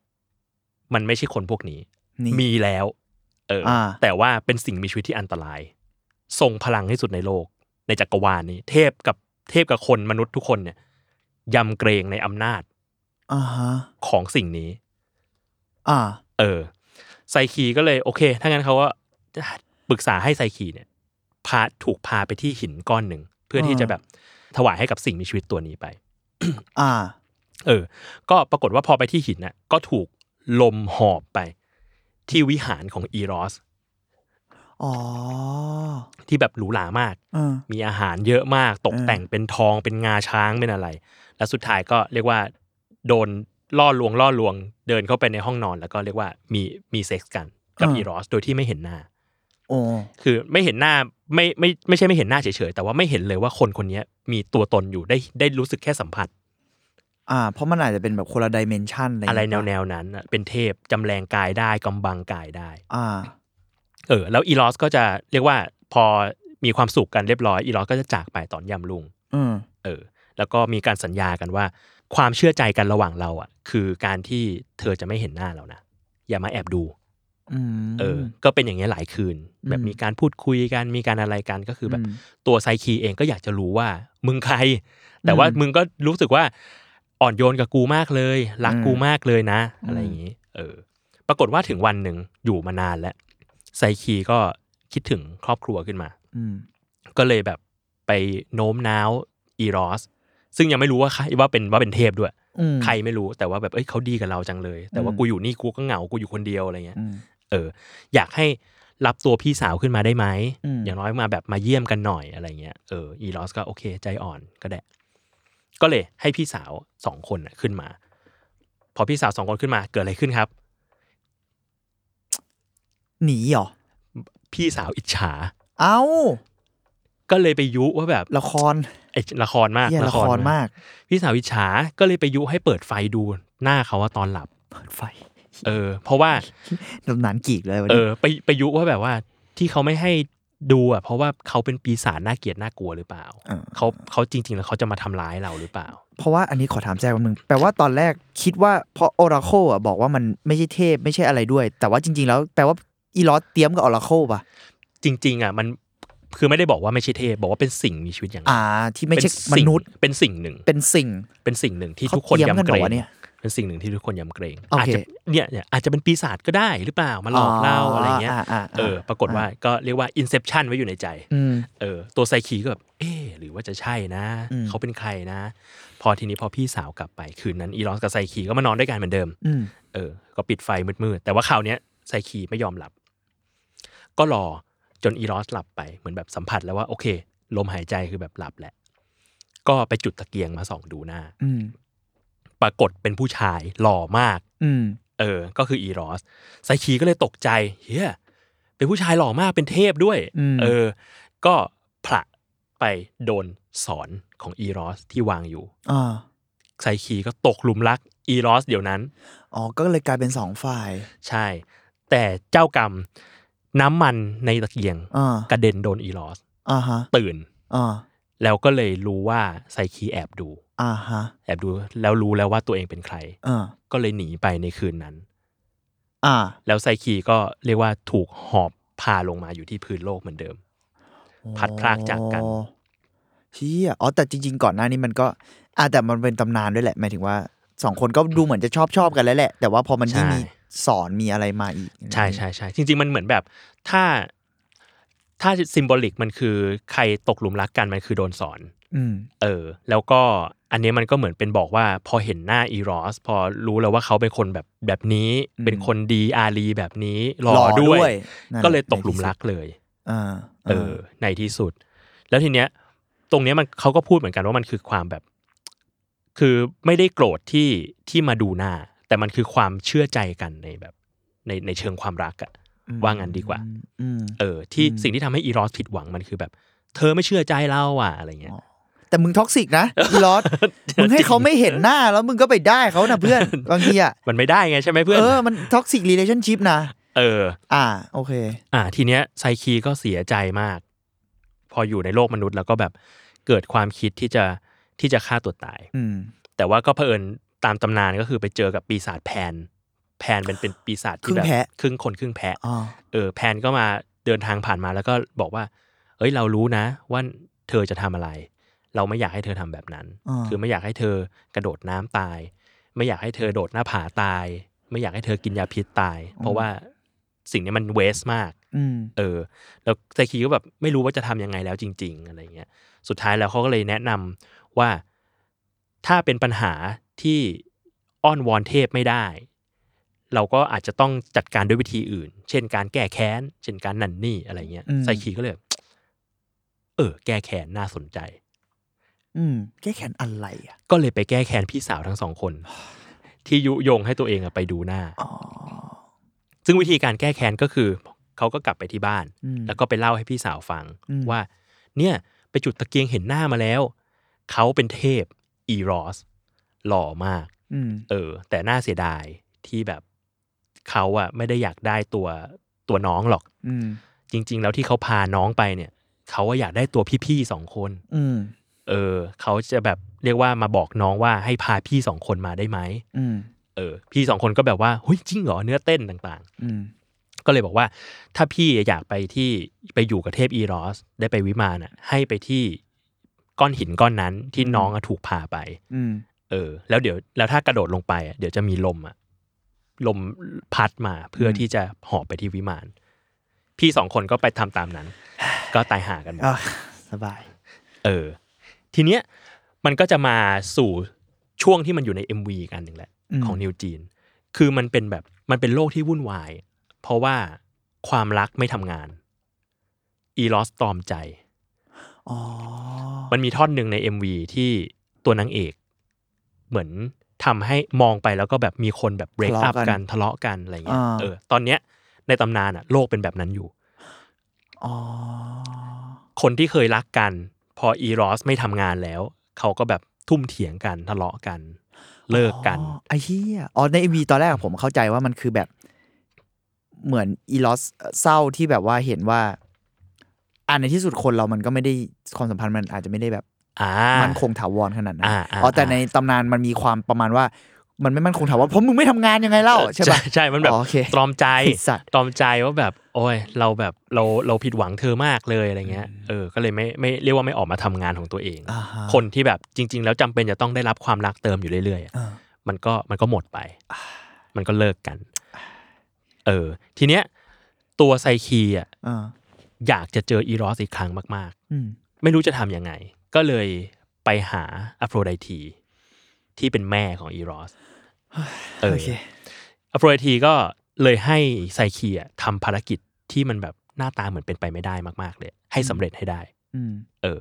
B: มันไม่ใช่คนพวกนี้
C: นี่
B: มีแล้ว เอออา แต่ว่าเป็นสิ่งมีชีวิตที่อันตราย ทรงพลังที่สุดในโลก ในจักรวาลนี้ เทพกับเทพกับคนมนุษย์ทุกคนเนี่ยยำเกรงในอำนาจ
C: อ่าฮะ
B: ของสิ่งนี้
C: อ่า
B: เออ ไซคีก็เลยโอเค ถ้างั้นเขาก็ปรึกษาให้ไซคีเนี่ยพาถูกพาไปที่หินก้อนหนึ่ง เพื่อที่จะแบบถวายให้กับสิ่งมีชีวิตตัวนี้ไป
C: อ่า
B: เออ ก็ปรากฏว่าพอไปที่หินน่ะ ก็ถูกลมหอบไป ที่วิหารของอีรอส
C: อ๋อ
B: ที่แบบหรูหรามาก
C: อ่า
B: มีอาหารเยอะมาก ตก
C: เออ
B: แต่งเป็นทอง เป็นงาช้าง เป็นอะไร และสุดท้ายก็เรียกว่า โดนล่อลวงล่อลวง เดินเข้าไปในห้องนอน แล้วก็เรียกว่ามีมีเซ็กซ์กันกับอีรอส โดยที่ไม่เห็นหน้า
C: โอ้
B: คือไม่เห็นหน้าไม่ไม่ไม่ใช่ไม่เห็นหน้าเฉยๆ แต่ว่าไม่เห็นเลยว่าคนคนนี้มีตัวตนอยู่ได้ได้รู้สึกแค่สัมผัส
C: อ่า เพราะมันอาจจะเป็นแบบคนละดิเมนชันอะไร
B: อะไร
C: ย่าง
B: แน
C: งี้
B: วแน
C: ป
B: วๆนั้นน่ะเป็นเทพจำแรงกายได้กำบังกายได้
C: อ่า
B: เออแล้วอีลอสก็จะเรียกว่าพอมีความสุขกันเรียบร้อยอีลอสก็จะจากไปตอนยามลุง
C: อืม
B: เออ แล้วก็มีการสัญญากันว่า ความเชื่อใจกันระหว่างเราอ่ะ คือการที่เธอจะไม่เห็นหน้าเรานะอย่ามาแอบดู
C: ม
B: เออ ก็เป็นอย่างเงี้ยหลายคืน แบบมีการพูดคุยกัน มีการอะไรกันก็คือแบบ
C: ม
B: ตัวไซคีเองก็อยากจะรู้ว่ามึงใคร แต่ว่า
C: อืม
B: มึงก็รู้สึกว่าอ่อนโยนกับกูมากเลย รัก
C: อืม
B: กูมากเลยนะ
C: อืม
B: อะไรอย่างนี้ เออ ปรากฏว่าถึงวันหนึ่งอยู่มานานแล้วไซคีก็คิดถึงครอบครัวขึ้นมา
C: อืม
B: ก็เลยแบบไปโน้มน้าวอีรอส ซึ่งยังไม่รู้ว่าใครว่าเป็นว่าเป็นเทพด้วย
C: อืม
B: ใครไม่รู้แต่ว่าแบบเอ้ยเขาดีกับเราจังเลย แต่ว่า
C: อืม
B: กูอยู่นี่กูก็เหงากูอยู่คนเดียวอะไรเงี้ย
C: อืม
B: เอออยากให้รับตัวพี่สาวขึ้นมาได้ไหม
C: อืม
B: อย่างน้อยมาแบบมาเยี่ยมกันหน่อยอะไรเงี้ยเอออีลอสก็โอเคใจอ่อนก็ได้ ก็เลยให้พี่สาวสองคนน่ะขึ้นมา พอพี่สาวสองคนขึ้นมาเกิดอะไรขึ้นครับ
C: หนีเหรอ
B: พี่สาวอิจฉา
C: เอ้า
B: ก็เลยไปยุว่าแบบ
C: ละคร
B: ไอ้ละครมาก
C: เหี้ยละครมาก
B: พี่สาวอิจฉาก็เลยไปยุให้เปิดไฟดูหน้าเขาว่าตอนหลับ
C: เปิดไฟ
B: เออ เพราะว่า
C: ดำนานกีกเลยวัน
B: เอ
C: นี้
B: อไปไปยุว่าแบบว่าที่เขาไม่ให้ดูอ่ะเพราะว่าเขาเป็นปีศาจน่าเกลียดน่ากลัวหรือเปล่า
C: า
B: เขาเขาจริง ๆ แล้วเขาจะมาทำร้ายเราหรือเปล่า
C: เพราะว่าอันนี้ขอถามแจ้งนึงแปลว่าตอนแรกคิดว่าเพราะออราโคอ่ะบอกว่ามันไม่ใช่เทพไม่ใช่อะไรด้วย แต่ว่าจริง ๆ แล้วแปลว่าอีลอสเตรียมกับออราโคป่ะ
B: จริง ๆอ่ะมันคือไม่ได้บอกว่าไม่ใช่เทพบอกว่าเป็นสิ่งมีชีวิตอย่างหนึ่ง
C: อ่า ที่ไม่ใช่
B: เป็นสิ่
C: ม
B: ง
C: นุษย์
B: เป็นสิ่งหนึ่ง
C: เป็นสิ่ง
B: เป็นสิ่งหนึ่งที่
C: เขา
B: ทุกคน
C: เตรียมกั
B: ยำ
C: น
B: เกร
C: เหรอวะ
B: ง
C: เนี่ย
B: เป็นสิ่งหนึ่งที่ทุกคนยำเกรง
C: โอเค
B: อาจจะเนี่ยเนี่ยอาจจะเป็นปีศาจก็ได้หรือเปล่ามาหลอกเราอะไรเงี้ย
C: าาา
B: เออปรากฏว่าก็เรียกว่าอินเซพชันไว้อยู่ในใจ
C: อืม
B: เออตัวไซคีก็แบบ เออหรือว่าจะใช่นะ
C: อืม
B: เขาเป็นใครนะ พอทีนี้พอพี่สาวกลับไปคืนนั้นอีรอนกับไซคีก็มานอนด้วยกันเหมือนเดิม
C: อืม
B: เออ ก็ปิดไฟมืดๆ แต่ว่าคราวเนี้ยไซคีไม่ยอมหลับ ก็รอจนอีรอสหลับไป เหมือนแบบสัมผัสแล้วว่าโอเค ลมหายใจคือแบบหลับแหละ ก็ไปจุดตะเกียงมาส่องดูหน้า
C: อืม
B: ปรากฏเป็นผู้ชายหล่อมาก
C: อืม
B: เออ ก็คืออีรอส ไซคีก็เลยตกใจ เฮียเป็นผู้ชายหล่อมาก เป็นเทพด้วย เออ ก็ผละไปโดนสอนของอีรอสที่วางอยู่
C: อ่า
B: ไซคีก็ตกหลุมรักอีรอสเดี๋ยวนั้น
C: อ๋อก็เลยกลายเป็นสองฝ่าย
B: ใช่ แต่เจ้ากรรมน้ำมันในตะเกียง
C: อ่าก
B: ระเด็นโดนอีรอส
C: อ่าฮะ
B: ตื่น
C: อ่า
B: แล้วก็เลยรู้ว่าไซคีแอบดู
C: อ่าฮะ
B: แอบดูแล้วรู้แล้วว่าตัวเองเป็นใคร
C: อ่า
B: ก็เลยหนีไปในคืนนั้น
C: อ่า
B: แล้วไซคีก็เรียกว่าถูกหอบพาลงมาอยู่ที่พื้นโลกเหมือนเดิม พัดพรากจากกัน
C: โอ้เชี่ยอ๋อแต่จริง ๆ ก่อนหน้านี้มันก็อ่าแต่มันเป็นตำนานด้วยแหละหมายถึงว่าสองคนก็ดูเหมือนจะชอบชอบกันแล้วแหละ แต่ว่าพอมันยิ่งมี
B: ใช่
C: สอนมีอะไรมาอีก
B: ใช่ใช่ใช่จริง ๆ มันเหมือนแบบถ้าถ้าซิมโบลิกมันคือใครตกหลุมรักกันมันคือโดนสอน
C: อืม
B: เออ แล้วก็อันนี้มันก็เหมือนเป็นบอกว่าพอเห็นหน้าอีรอส พอรู้แล้วว่าเขาเป็นคนแบบแบบนี้
C: อืม
B: เป็นคนดีอารีแบบนี้หล่อด้วย
C: นั่นแหะ
B: ก็เลยตกหลุมรัก
C: ในที่สุด
B: เลย
C: อ่า
B: เออ ในที่สุด แล้วทีเนี้ย ตรงเนี้ยมันเขาก็พูดเหมือนกันว่ามันคือความแบบ คือไม่ได้โกรธที่ที่มาดูหน้า แต่มันคือความเชื่อใจกันในแบบ ในในเชิงความรักอะ ว่างั้นดีกว่า
C: อืม
B: เออที่
C: อืม
B: สิ่งที่ทำให้อีรอสผิดหวังมันคือแบบ เธอไม่เชื่อใจเราอ่ะอะไรเงี้ย
C: แต่มึงท็อกซิกนะ อี
B: *laughs*
C: ลอส มึงให้เขาไม่เห็นหน้าแล้วมึงก็ไปได้เขานะเพื่อน บางทีอ่ะ
B: มันไม่ได้ไงใช่ไหมเพื่อน
C: เออมันท็อกซิกรีเลชั่นชิพนะ
B: เออ
C: อ่า โอเค
B: อ่าทีเนี้ยไซคีก็เสียใจมาก พออยู่ในโลกมนุษย์แล้วก็แบบเกิดความคิดที่จะที่จะฆ่าตัวตาย
C: อืม
B: แต่ว่าก็เผอิญตามตำนานก็คือไปเจอกับปีศาจแพน แพนเป็นเป็นปีศาจที่แบบ
C: ครึ่งแพะ
B: ครึ่งคนครึ่งแพะ
C: อ๋อ
B: เออแพนก็มาเดินทางผ่านมาแล้วก็บอกว่า เอ้ยเรารู้นะ ว่าเธอจะทำอะไร เราไม่อยากให้เธอทำแบบนั้น
C: า
B: คือไม่อยากให้เธอกระโดดน้ำตาย ไม่อยากให้เธอโดดหน้าผาตาย ไม่อยากให้เธอกินยาพิษตาย เพราะว่าสิ่งเนี้ยมันเวสมาก
C: อืม
B: เออแล้วไซคีก็แบบไม่รู้ว่าจะทำยังไงแล้วจริง ๆ อะไรเงี้ยสุดท้ายแล้วเขาก็เลยแนะนำว่าถ้าเป็นปัญหาที่อ้อนวอนเทพไม่ได้ เราก็อาจจะต้องจัดการด้วยวิธีอื่น เช่นการแก้แค้น เช่นการนั่นนี่อะไรเงี้ย
C: อืม
B: ไซคีก็เลยแบบเออ แก้แค้นน่าสนใจ
C: อืมแก้แค้นอะไรอ่ะ
B: ก็เลยไปแก้แค้นพี่สาวทั้งสองคน ที่ยุยงให้ตัวเองอะไปดูหน้า
C: อ๋อ
B: ซึ่งวิธีการแก้แค้นก็คือเขาก็กลับไปที่บ้าน
C: อืม
B: แล้วก็ไปเล่าให้พี่สาวฟัง
C: อืม
B: ว่า เนี่ยไปจุดตะเกียงเห็นหน้ามาแล้ว เขาเป็นเทพอีรอส หล่อมาก
C: อืม
B: เออ แต่น่าเสียดายที่แบบเขาอะไม่ได้อยากได้ตัวตัวน้องหรอก
C: อืม
B: จริง ๆ แล้วที่เขาพาน้องไปเนี่ย เขาว่าอยากได้ตัวพี่ๆสองคน
C: อืม
B: เออ เขาจะแบบเรียกว่ามาบอกน้องว่าให้พาพี่สองคนมาได้ไหม
C: อืม
B: เออ พี่สองคนก็แบบว่าเฮ้ยจริงเหรอเนื้อเต้นต่าง
C: อืม
B: ๆ ก็เลยบอกว่า ถ้าพี่อยากไปที่ไปอยู่กับเทพอีรอส ได้ไปวิมานอ่ะ ให้ไปที่ก้อนหินก้อนนั้นที่น้องอะถูกพาไป
C: อืม
B: เออ แล้วเดี๋ยวแล้วถ้ากระโดดลงไปอ่ะเดี๋ยวจะมีลมอ่ะลมพัดมาเพื่ออ
C: ม
B: ที่จะหอบไปที่วิมาน พี่สองคนก็ไปทำตามนั้น ก็ตายห่ากันหมด
C: อ่ะสบาย
B: เออ ทีเนี้ยมันก็จะมาสู่ช่วงที่มันอยู่ใน MV อีกอันหนึ่งแหละ
C: อืม
B: ของนิวจีน คือมันเป็นแบบมันเป็นโลกที่วุ่นวาย เพราะว่าความรักไม่ทำงาน อีลอสตอมใจ
C: อ๋อ
B: มันมีท่อนหนึ่งใน MV ที่ตัวนางเอก เหมือนทำให้มองไปแล้วก็แบบมีคนแบบเบรกอัพกันทะเลาะกันอะไรเงี้ยเออตอนเนี้ยในตำนานอะโลกเป็นแบบนั้นอยู่
C: อ๋อ
B: คนที่เคยรักกัน พออีรอสไม่ทำงานแล้ว เขาก็แบบทุ่มเถียงกันทะเลาะกัน เลิกกัน
C: อ๋อไอ้เหี้ยอ๋อในเอวีตอนแรกผมเข้าใจว่ามันคือแบบ เหมือนอีลอสเศร้าที่แบบว่าเห็นว่าอ่าในที่สุดคนเรามันก็ไม่ได้ความสัมพันธ์มันอาจจะไม่ได้แบบ
B: อ่า
C: มั่นคงถาวรขนาดนั้น
B: อ่าอ่า
C: อ๋อแต่
B: อ่า
C: ในตำนานมันมีความประมาณว่า มันไม่มั่นคงถาวรเพราะมึงไม่ทำงานยังไงเล่าใช่ปะ
B: ใช่มันแบบ
C: อ๋อโอเค
B: ตรอม
C: *laughs*
B: ใจ
C: ไอ้สัตว์
B: ตรอมใจว่าแบบ โอ้ยเราแบบเราเราผิดหวังเธอมากเลยอะไรเงี้ยเออก็เลยไม่ไม่เรียกว่าไม่ออกมาทำงานของตัวเอง
C: อ่าฮะ
B: คนที่แบบจริง ๆ แล้วจำเป็นจะต้องได้รับความรักเติมอยู่เรื่อยๆอะ
C: อ่า
B: มันก็มันก็หมดไป มันก็เลิกกัน เออ ทีเนี้ย ตัวไซคีอ่ะ
C: อ่า
B: อยากจะเจออีรอสอีกครั้งมาก ๆ
C: อืม
B: ไม่รู้จะทำยังไง ก็เลยไปหาอโฟรไดทีที่เป็นแม่ของอีร
C: *sighs*
B: อส เออ
C: โอเค
B: อโฟรไดทีก็เลยให้ไซเคียทำภารกิจที่มันแบบหน้าตาเหมือนเป็นไปไม่ได้มากๆเลยให้สำเร็จให้ได้
C: อืม
B: เออ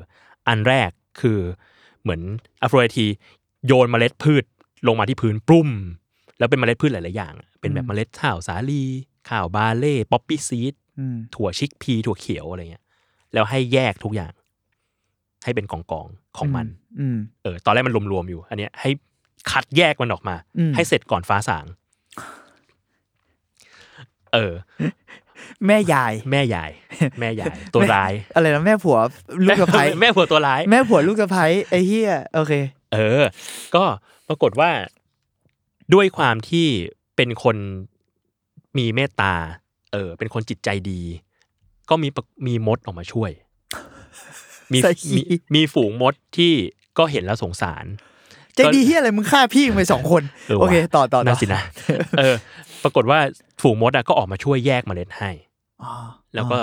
B: อันแรกคือเหมือนอโฟรไดทีโยนเมล็ดพืชลงมาที่พื้นปรุ่ม แล้วเป็นเมล็ดพืชหลายๆอย่าง เป็นแบบเมล็ดข้าวสาลีข้าวบาเล่ป๊อปปี้ซีด
C: อืม
B: ถั่วชิกพีถั่วเขียวอะไรเงี้ย แล้วให้แยกทุกอย่าง ให้เป็นกองกองๆของมัน
C: อืม
B: เออ ตอนแรกมันรวมๆอยู่ อันเนี้ยให้คัดแยกมันออกมา
C: อืม
B: ให้เสร็จก่อนฟ้าสาง เออ
C: แม่ยาย
B: แม่ยาย แม่ยาย ตัวร้าย
C: อะไรนะแม่ผัวลูกสะพ้าย
B: *laughs* แม่ผัวตัวร้าย
C: แม่ผัวลูกสะพ้ายไอ้เหี้ยโอเค
B: เออ ก็ปรากฏว่าด้วยความที่เป็นคนมีเมตตา เออ เป็นคนจิตใจดี ก็มีปะมีมดออกมา
C: *laughs*
B: ช่วย มี
C: ใส่ขี้
B: มีมีฝูงมดที่ก็เห็นแล้วสงสาร
C: ใจดีเหี้ยอะไรมึงฆ่าพี่มึงไปสองคน
B: เออว่ะ
C: โอเค ต่อต่อต่
B: น่า
C: อ
B: สิ
C: *laughs*
B: นะ เออ ปรากฏว่าฝูงมดอะก็ออกมาช่วยแยกเมล็ดให้
C: อ๋อ
B: แล้วก็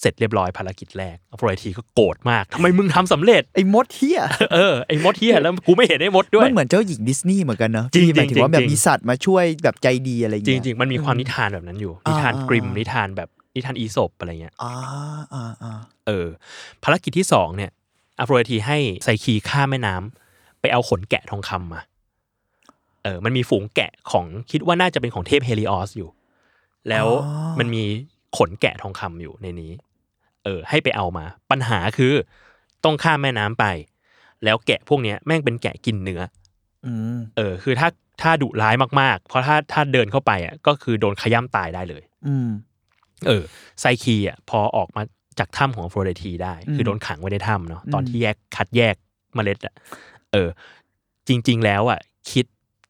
B: เสร็จเรียบร้อยภารกิจแรกอฟรอยทีก็โกรธมากทำไมมึงทำสำเร็จ
C: ไอ้มดเหี้ย
B: เออ ไอ้มดเฮียแล้วกูไม่เห็นไอ้มดด้วย
C: มันเหมือนเจ้าหญิงดิสนีย์เหมือนกันเนอะ
B: จริง
C: ที่หมายถึงว่า
B: จริงจ
C: แบบ
B: ริง
C: มีสัตว์มาช่วยแบบใจดีอะไรอย่าง
B: จ
C: เงี้ย
B: ริงๆ มันมีความนิทานแบบนั้นอยู่
C: อ่านิ
B: นิทานกริม
C: อ่า
B: นิทานแบบนิทานอีสปอะไรเงี้ย
C: อ่าอ่าอ่า
B: เออภารกิจที่สองเนี่ยอโฟรทีให้ไซคีข้ามแม่น้ำไปเอาขนแกะทองคำมาเออมันมีฝูงแกะของคิดว่าน่าจะเป็นของเทพเฮลิออสอยู่ แล้วมันมีขนแกะทองคำอยู่ในนี้ เออ ให้ไปเอามา ปัญหาคือต้องข้ามแม่น้ำไป แล้วแกะพวกเนี้ยแม่งเป็นแกะกินเนื้อ
C: อืม
B: เออ คือถ้าถ้าดุร้ายมากๆ เพราะถ้าถ้าเดินเข้าไปอ่ะก็คือโดนขย้ำตายได้เลย
C: อืม
B: เออไซคีอ่ะพอออกมาจากถ้ำของโฟรเดทีได้
C: อืม
B: คือโดนขังไว้ในถ้ำเนาะ
C: อืม
B: ตอนที่แยกคัดแยกเมล็ดอ่ะเออ จริง ๆ แล้วอ่ะคิด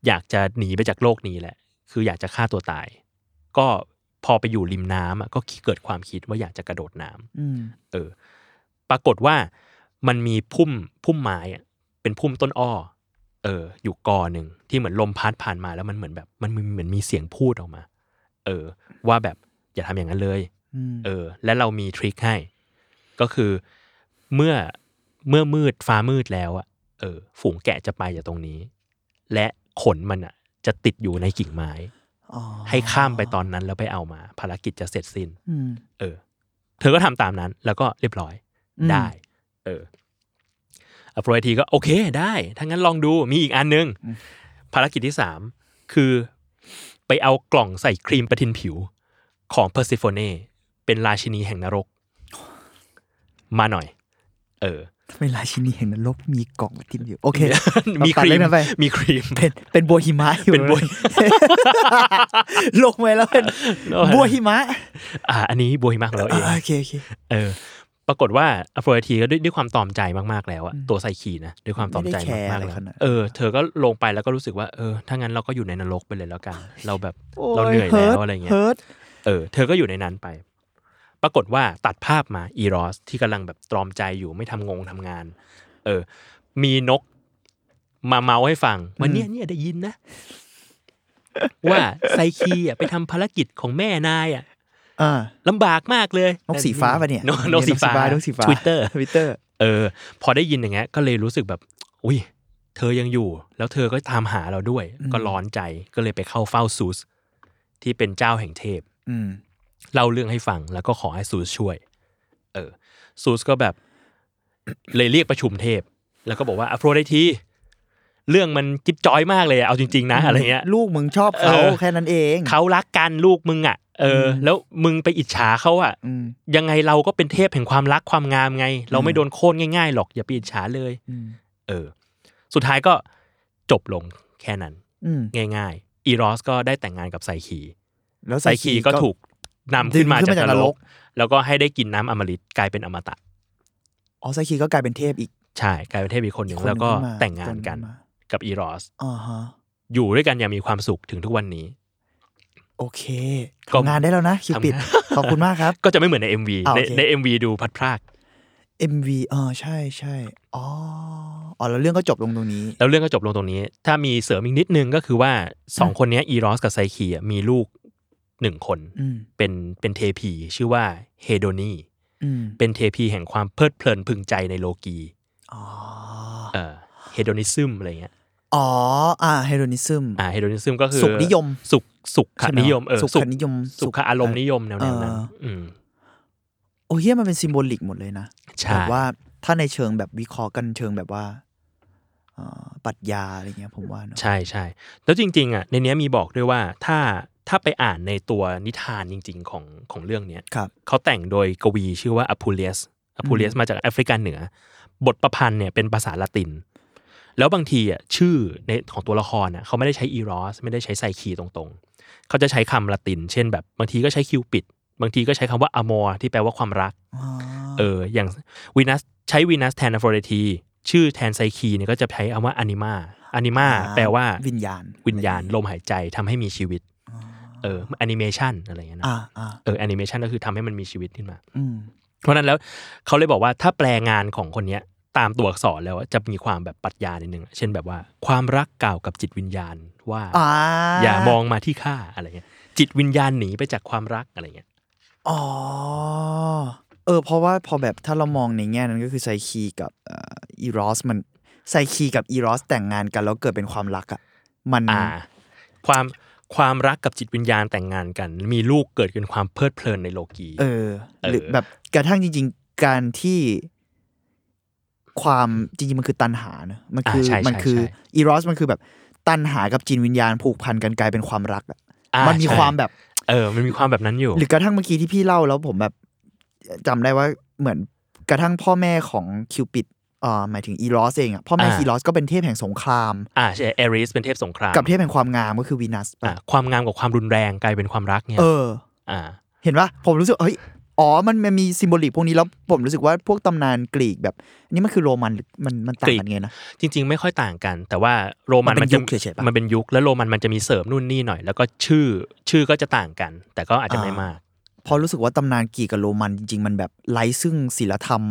B: อยากจะหนีไปจากโลกนี้แหละ คืออยากจะฆ่าตัวตาย ก็พอไปอยู่ริมน้ำอ่ะก็เกิดความคิดว่าอยากจะกระโดดน้ำ
C: อืม
B: เออ ปรากฏว่ามันมีพุ่มพุ่มไม้อะเป็นพุ่มต้นอ้อ เออ อยู่กอหนึ่งที่เหมือนลมพัดผ่านมาแล้วมันเหมือนแบบมันมีเหมือนมีเสียงพูดออกมา เออ ว่าแบบอย่าทำอย่างนั้นเลย
C: อืม
B: เออ และเรามีทริคให้ ก็คือเมื่อเมื่อมืดฟ้ามืดแล้วอะเออ ฝูงแกะจะไปจากตรงนี้ และขนมันอะจะติดอยู่ในกิ่งไม้
C: อ๋อ
B: ให้ข้ามไปตอนนั้นแล้วไปเอามา ภารกิจจะเสร็จสิ้น
C: อืม
B: เออ เธอก็ทำตามนั้น แล้วก็เรียบร้อย
C: อืม
B: ได้ เอออโปรไอทีก็โอเคได้ ถ้างั้นลองดู มีอีกอันนึง ภารกิจที่สามคือไปเอากล่องใส่ครีมประทินผิวของเพอร์ซิโฟเนเป็นราชินีแห่งนรก มาหน่อย เออ
C: เวลาชินีแห่งนรกมีกล่องทิมอยู่ โอเค *laughs*
B: มีครีม
C: ตัดเล่นกันไป
B: มีครีม
C: เป็นเป็นบัวหิมะอยู่
B: เป็นบัว
C: *laughs* ลงไปแล้วเป็นบัวหิมะ
B: อ่า อันนี้บัวหิมะของเราเอง
C: อ่าโอเคโอเค
B: เออ ปรากฏว่าอโฟรทีก็ด้วยด้วยความตอมใจมากๆแล้วอะ
C: อืม
B: ตัวไซคีนะด้วยความตอมใจ
C: ไม่ได้แคร์
B: มากๆ
C: อะไร
B: แล้ว
C: ขนาดนั้น
B: เออ เธอก็ลงไปแล้วก็รู้สึกว่าเออถ้างั้นเราก็อยู่ในนรกไปเลยแล้วกัน เราแบบ
C: โอ้
B: เราเหนื่อย
C: ฮิ
B: แล้
C: ต
B: วอะไรเงี้ย
C: ฮิต
B: เออ เธอก็อยู่ในนั้นไป ปรากฏว่าตัดภาพมาอีรอสที่กำลังแบบตรอมใจอยู่ไม่ทำงงทำงาน เออ มีนกมาเมาให้ฟังว่าเนี่ยเนี่ยได้ยินนะ ว่าไซคีอ่ะไปทำภารกิจของแม่นายอ่ะ
C: อ่า
B: ลำบากมากเลย
C: นกสีฟ้าปะเนี่ย
B: นกนกสีฟ้า
C: นกสีฟ้า
B: Twitter *laughs*
C: ทวิตเตอร์
B: เออ พอได้ยินอย่างเงี้ยก็เลยรู้สึกแบบ อุ้ย เธอยังอยู่ แล้วเธอก็ตามหาเราด้วย
C: อืม
B: ก็ร้อนใจก็เลยไปเข้าเฝ้าซูส ที่เป็นเจ้าแห่งเทพ
C: อืม
B: เล่าเรื่องให้ฟังแล้วก็ขอให้ซูสช่วย เออ ซูสก็แบบ เลยเรียกประชุมเทพ แล้วก็บอกว่าอโฟรไดที เรื่องมันจิ๊บจ้อยมากเลยอะเอาจริง ๆ นะอะไรเงี้ย
C: ลูกมึงชอบเขา
B: เออ
C: แค่นั้นเอง
B: เขารักกันลูกมึงอ่ะ เออ แล้วมึงไปอิจฉาเขาอ่ะ
C: อืม
B: ยังไงเราก็เป็นเทพแห่งความรักความงามไง เราไม่โดนโค่นง่ายๆหรอกอย่าไปอิจฉาเลย
C: อืม
B: เออ สุดท้ายก็จบลงแค่นั้น
C: อืม
B: ง่ายๆ อีรอสก็ได้แต่งงานกับไซคี
C: แล้ว
B: ไซ
C: ไซ
B: คี
C: คี
B: ก็
C: ก็
B: ถูกนำขึ้นมา
C: ดึง
B: จาม
C: ขึ้นากจาก
B: น
C: น
B: ร
C: ร
B: ก
C: ก
B: แล้วก็ให้ได้กินน้ำอมฤตกลายเป็นอมตะ
C: อ๋อไซคีก็กลายเป็นเทพอีก
B: ใช่ กลายเป็นเทพอีกคนหนึ่ง แล้วก็แต่งงานกันกับอีรอส
C: อ๋อฮะ
B: อยู่ด้วยกันอย่างมีความสุขถึงทุกวันนี้
C: โอเค
B: ก็
C: ทำงานได้แล้วนะคิวปิด
B: ทำงาน
C: ขอบคุณมากครับ
B: ก็จะไม่เหมือนใน MV
C: อ่า
B: ใน
C: โอเค
B: ใน MV ดูพัดพราก
C: MV อ๋อใช่ใช่อ๋ออ๋อแล้วเรื่องก็จบลงตรงนี้
B: แล้วเรื่องก็จบลงตรงนี้ ถ้ามีเสริมอีกนิดนึงก็คือว่าสองคนเนี้ยอีรอสกับไซคีอะมีลูกหนึ่งคน
C: อืม
B: เป็นเป็นเทพีชื่อว่าเฮโดนี
C: อืม
B: เป็นเทพีแห่งความเพลิดเพลินพึงใจในโลกี
C: อ๋อ
B: เอ่อเฮโดนิซึมอะไรเงี้ย
C: อ๋ออ่าเฮโรนิซึม
B: อ่าเฮโดนิซึมก็คือ
C: สุขนิยม
B: สุขสุขนิยมเออ
C: สุขนิยม
B: สุขอารมณ์นิยมแนวๆนั้น
C: เออ
B: อืม
C: โอ้เฮียมันเป็นซิมโบลิกหมดเลยนะแบ
B: ใช่
C: บว่าถ้าในเชิงแบบวิเคราะห์กันเชิงแบบว่าเอ่อปรัชญาอะไรเงี้ยผมว่าเนอะ
B: ใช่ใช่แล้วจริง ๆ อ่ะ ในเนี้ยมีบอกด้วยว่าถ้าถ้าไปอ่านในตัวนิทานจริง ๆ ของของเรื่องเนี้ย
C: ครับ
B: เขาแต่งโดยกวีชื่อว่าอพูเลียสอพูเลียสมาจากแอฟริกาเหนือ บทประพันธ์เนี่ยเป็นภาษาละติน แล้วบางทีอ่ะชื่อในของตัวละครอ่ะเขาไม่ได้ใช้อีรอสไม่ได้ใช้ไซคีตรงๆ เขาจะใช้คำละติน เช่นแบบบางทีก็ใช้คิวปิด บางทีก็ใช้คำว่าอมอที่แปลว่าความรัก
C: อ๋อ
B: เอออย่างวีนัสใช้วีนัสแทนอฟโรเดทีชื่อแทนไซคีเนี่ยก็จะใช้คำว่าอนิมาอนิมาแปลว่า
C: วิญญาณ
B: วิญญาณลมหายใจทำให้มีชีวิตเออแอนิเมชันอะไรอย่างเงี้ยนะ
C: อ่าอ่า
B: เออแอนิเมชันก็คือทำให้มันมีชีวิตขึ้นมา
C: อืม
B: เพราะฉะนั้นแล้วเขาเลยบอกว่าถ้าแปลงานของคนเนี้ยตามตัวอักษรแล้วจะมีความแบบปรัชญาในหนึ่งเช่นแบบว่า ความรักกล่าวกับจิตวิญญาณว่า
C: อ่า
B: อย่ามองมาที่ข้าอะไรเงี้ยจิตวิญญาณหนีไปจากความรักอะไรเงี้ย
C: อ๋อเออ เพราะว่าพอแบบถ้าเรามองในแง่นั้นก็คือไซคีกับเอ่ออีรอสมันไซคีกับอีรอสแต่งงานกันแล้วเกิดเป็นความรักอ่ะมัน
B: อ่า ความความรักกับจิตวิญญาณแต่งงานกัน มีลูกเกิดเป็นความเพลิดเพลินในโลกี
C: เออ หรือแบบกระทั่งจริง ๆ การที่ความจริงๆ มันคือตันหาเนอะมันคือ
B: อ่าใช่ใช่
C: มันคือ
B: ใช่
C: อีรอสมันคือแบบตันหากับจินวิญญาณผูกพันกันกลายเป็นความรักอะ
B: อ่
C: มันมี
B: ใช่
C: ความแบบ
B: เออ มันมีความแบบนั้นอยู่
C: หรือกระทั่งเมื่อกี้ที่พี่เล่าแล้วผมแบบจำได้ว่าเหมือนกระทั่งพ่อแม่ของคิวปิดเอ่อหมายถึงอีรอสเองอ่ะพ่อแม่
B: อ่า
C: อีรอสก็เป็นเทพแห่งสงคราม
B: อ่าใช่เอริสเป็นเทพสงคราม
C: กับเทพแห่งความงามก็คือวีนัส
B: อ่า
C: ป่ะ
B: ความงามกับความรุนแรงกลายเป็นความรักเนี่ย
C: เออ
B: อ่า
C: เห็นปะผมรู้สึกเฮ้ยอ๋อมันมันมีซิมโบลิกพวกนี้แล้วผมรู้สึกว่าพวกตำนานกรีกแบบอันนี่มันคือโรมันหรือมันมันต่างกันไงนะ
B: จริง ๆ ไม่ค่อยต่างกัน แต่ว่าโรมัน
C: มันเป็น
B: จะ
C: ยุคเฉยๆปะ
B: มันเป็นยุคแล้วโรมันมันจะมีเสริมนู่นนี่หน่อย แล้วก็ชื่อชื่อก็จะต่างกัน แต่ก็อาจจะ
C: อ่า
B: ไม่มาก
C: พอรู้สึกว่าตำนานกรีกกับโรมันจริงๆ มันแบบไร้ซึ่งศีลธรรม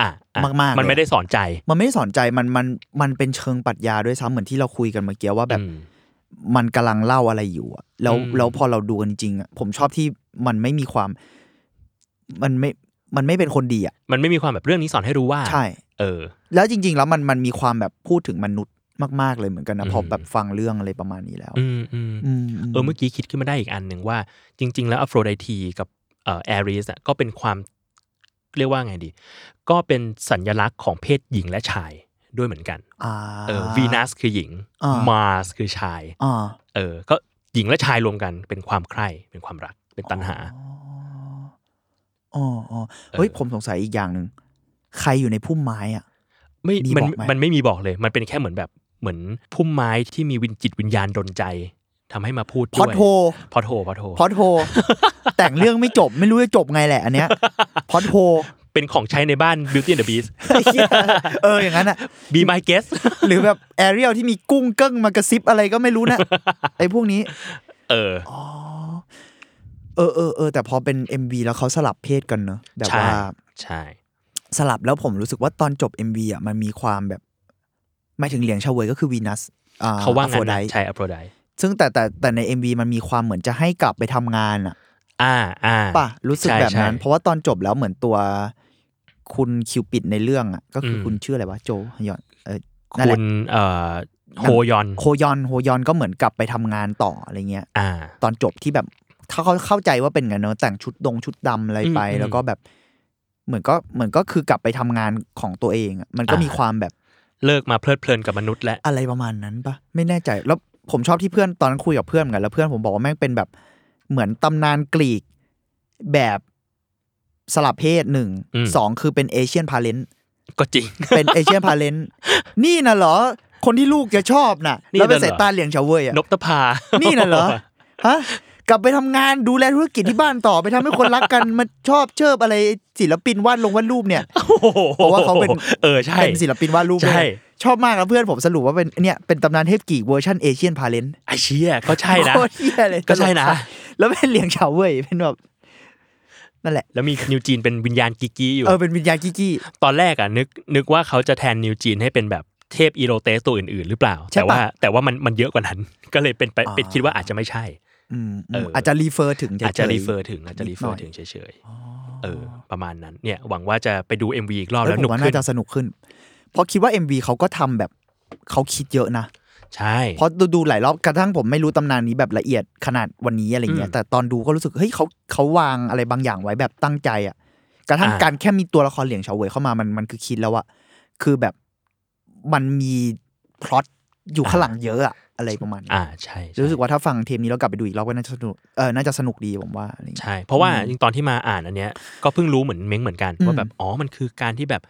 B: อ่ะอ่ะ
C: มากๆ
B: มัน
C: เลย
B: ไม่ได้สอนใจ
C: มันไม่ได้สอนใจมันมันมันเป็นเชิงปรัชญาด้วยซ้ำเหมือนที่เราคุยกันเมื่อกี้ว่าแบบ
B: อืม
C: มันกำลังเล่าอะไรอยู่อะแล้ว
B: อืม
C: แล้วพอเราดูกันจริงๆอะผมชอบที่มันไม่มีความ มันไม่มันไม่เป็นคนดีอะ
B: มันไม่มีความแบบเรื่องนี้สอนให้รู้ว่า
C: ใช่
B: เออ
C: แล้วจริง ๆ แล้วมันมันมีความแบบพูดถึงมนุษย์มาก ๆ เลยเหมือนกันนะ
B: อืม
C: พอแบบฟังเรื่องอะไรประมาณนี้แล้ว
B: อืมอืม
C: อืม
B: เออเมื่อกี้คิดขึ้นมาได้อีกอันหนึ่งว่า จริง ๆ แล้วอโฟรไดทีกับเอ่อแอริสอ่ะก็เป็นความเรียกว่าไงดี ก็เป็นสัญลักษณ์ของเพศหญิงและชายด้วยเหมือนกัน
C: อ่า
B: เออวีนัสคือหญิง
C: อ่าม
B: มาร์สคือชาย
C: อ่า
B: เออก็หญิงและชายรวมกันเป็นความใคร่เป็นความรักเป็นตัณหา
C: อ๋ออ๋อเฮ้ย
B: เออ
C: ผมสงสัยอีกอย่างหนึ่งใครอยู่ในพุ่มไม้อ่ะ
B: ไม่
C: มี
B: มัน
C: บอกไหม
B: มันไม่มีบอกเลย มันเป็นแค่เหมือนแบบเหมือนพุ่มไม้ที่มีวิญจิตวิญญาณดนใจทำให้มาพูด
C: พ
B: ด้
C: อ
B: วย
C: โท
B: พอโทพอโท
C: พอโทแต่งเรื่องไม่จบไม่รู้จะจบไงแหละอันเนี้ยพอโท *laughs*
B: เป็นของใช้ในบ้าน Beauty and the Beast
C: เอออย่างนั้นอะ
B: Be my guest *laughs*
C: หรือแบบแอเรียลที่มีกุ้ง
B: *laughs*
C: เกิ้งมากระซิบอะไรก็ไม่รู้นะ ไอ้พวกนี้
B: เออ
C: เออเออเออแต่พอเป็น MV แล้วเขาสลับเพศกันเนอะแบบ
B: ใช่
C: ว่า
B: ใช่
C: สลับแล้วผมรู้สึกว่าตอนจบ MV อ่ะมันมีความแบบหมายถึงเหลียงชาเวยก็คือวีนัส
B: เขาว่างั้น
C: ได
B: นะใช่อโปรได
C: ซึ่งแต่แต่แต่ใน MV มันมีความเหมือนจะให้กลับไปทำงานอ่ะ
B: อ่าอ่า
C: ป่ะรู้สึก
B: ใช่
C: แบบนั้น
B: ใช่
C: เพราะว่าตอนจบแล้วเหมือนตัวคุณคิวปิดในเรื่องอ่ะก็คืออ
B: ม
C: คุณชื่ออะไรวะโจฮยอนเออ นั่น
B: คุ
C: แหละ
B: ณเอ่อโฮยอน
C: โฮยอนโฮยอนก็เหมือนกลับไปทำงานต่ออะไรเงี้ย
B: อ่า
C: ตอนจบที่แบบเขาเขาเข้าใจว่าเป็นไงเนอะแต่งชุดดงชุดดำอะไรไป
B: อืมอืม
C: แล้วก็แบบ เหมือนก็เหมือนก็คือกลับไปทำงานของตัวเองอะมันก็
B: อ่ามี
C: มีความแบบ
B: เลิกมาเพลิดเพลินกับมนุษย์แล้ว
C: อะไรประมาณนั้นปะไม่แน่ใจ แล้วผมชอบที่เพื่อนตอนนั้นคุยกับเพื่อนเหมือนกันแล้วเพื่อนผมบอกว่าแม่งเป็นแบบเหมือนตำนานกรีกแบบสลับเพศหนึ่ง
B: อืม
C: สองคือเป็นเอเชียนพาเลน
B: ก็จริง
C: เป็นเอเชียนพาเลนนี่นะเหรอ คนที่ลูกจะชอบน่ะ
B: นี่
C: แล้วเป็น
B: น่ะเหรอ
C: สายตาเหลียงชาวเว่ยอะ
B: นพตภา
C: *laughs* นี่น่ะเหรอ ฮะกลับไปทำงานดูแลธุรกิจที่บ้านต่อไปทำให้คนรักกัน *laughs* มาชอบเชิบอะไรศิลปินวาดลงวาดรูปเนี่ย
B: *laughs* โอ้โห
C: เพราะว่าเขาเป็น
B: เออใช่
C: เป็นศิลปินวาดรูป
B: ใช่
C: ด้วยชอบมากครับเพื่อนผมสรุปว่าเป็นเนี่ยเป็นตำนานเทพกีกเวอร์ชันเอเชียนพาเลน
B: ไอเชียก็ใช่นะ
C: โคตรเหี้ยเลย
B: ก็ใช่นะ
C: ตลกสัสแล้วเป็นเหลียงเฉาเว่ยเป็นแบบนั่นแหละ
B: แล้วมีนิวจีนเป็นวิญญาณกิกกี้อยู่
C: เออเป็นวิญญาณกี้กี้
B: ตอนแรกอ่ะนึกนึกว่าเขาจะแทนนิวจีนให้เป็นแบบเทพอีโรเตสตัวอื่นๆ หรือเปล่า
C: ใช่
B: แต่
C: ปะ
B: ว่าแต่ว่ามันมันเยอะกว่านั้น *laughs* ก็เลยเป็นไป
C: อ๋อ
B: เป็นคิดว่าอาจจะไม่ใช่
C: อืม
B: เอออ
C: อาจจะรีเฟอร์ถึงฉยๆ
B: อาจจะรีเฟอร์ถึงอาจจะรีเฟอ
C: นิ
B: ร์
C: ดหน่อย
B: ถึงเฉยๆเออ ประมาณนั้นเนี่ยหวังว่าจะไปดู MV อีกรอบ
C: แล้
B: แล้ว ว
C: ผ
B: หนุ
C: ม
B: ก
C: ว่า
B: ขึ้
C: น่าน จะสนุกขึ้น เพราะคิดว่า MV เขาก็ทำแบบเขาคิดเยอะนะ
B: ใช่
C: เพราะดูดูหลายรอบกระทั่งผมไม่รู้ตำนานนี้แบบละเอียดขนาดวันนี้อะไรเงี้ยแต่ตอนดูก็รู้สึกเฮ้ยเขาเขาวางอะไรบางอย่างไว้แบบตั้งใจอ่ะกระทั่งการแค่มีตัวละครเหลียงเฉาเว่ยเข้ามามันมันคือคิดแล้วอะคือแบบมันมีพล็อตอยู่ข้างหลังเยอะอะอะไรประมาณนี้
B: อ่าใช่ใช่
C: รู้สึกว่าถ้าฟังเทปนี้แล้วกลับไปดูอีกรอบก็น่าจะสนุกเออน่าจะสนุกดีผมว่าอะไรเงี้ย
B: ใช่ เพราะว่าจริงๆตอนที่มาอ่านอันเนี้ยก็เพิ่งรู้เหมือนเม้งเหมือนกัน
C: อืม
B: ว่าแบบอ๋อมันคือการที่แบบ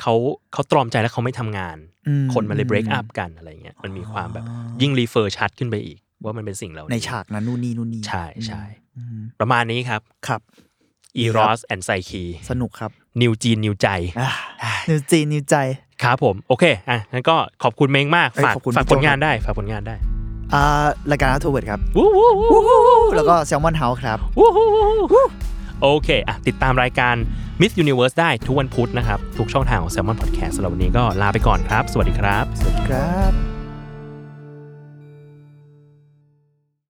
B: เขาเขาตรอมใจแล้วเขาไม่ทำงาน
C: อื
B: คนมันเลย break up กันอะไรเงี้ยมันมีความแบบยิ่งรีเฟอร์ชัดขึ้นไปอีก ว่ามันเป็นสิ่งเหล่านี้
C: ในฉากนั้นนู่นนี่นู่นนี่
B: ใช่ใช่
C: อืม
B: ประมาณนี้ครับ
C: ครับ
B: อีรอสแอนไซคี
C: สนุกครับ
B: นิวจีนนิวใจ
C: อ่ะนิวจีนนิวใจ
B: ครับผม โอเค อ่ะงั้นก็ขอบคุณเมงมาก
C: เอ้ย
B: ฝาก
C: ขอบคุณ
B: ฝาก
C: พี่
B: ผล
C: โจ้
B: งานได้ ฝากผลงานได้
C: อ่ารายการอาร์ทเวิร์ดครับ
B: วู้วู้วู้วู้
C: แล้วก็แซลมอนเฮาส์ครับ
B: วู้วู้วู้โอเค อ่ะ ติดตามรายการ Miss Universe ได้ทุกวันพุธนะครับ ทุกช่องทางของ Salmon Podcast สำหรับวันนี้ก็ลาไปก่อนครับ สวัสดีครับ
C: ครับ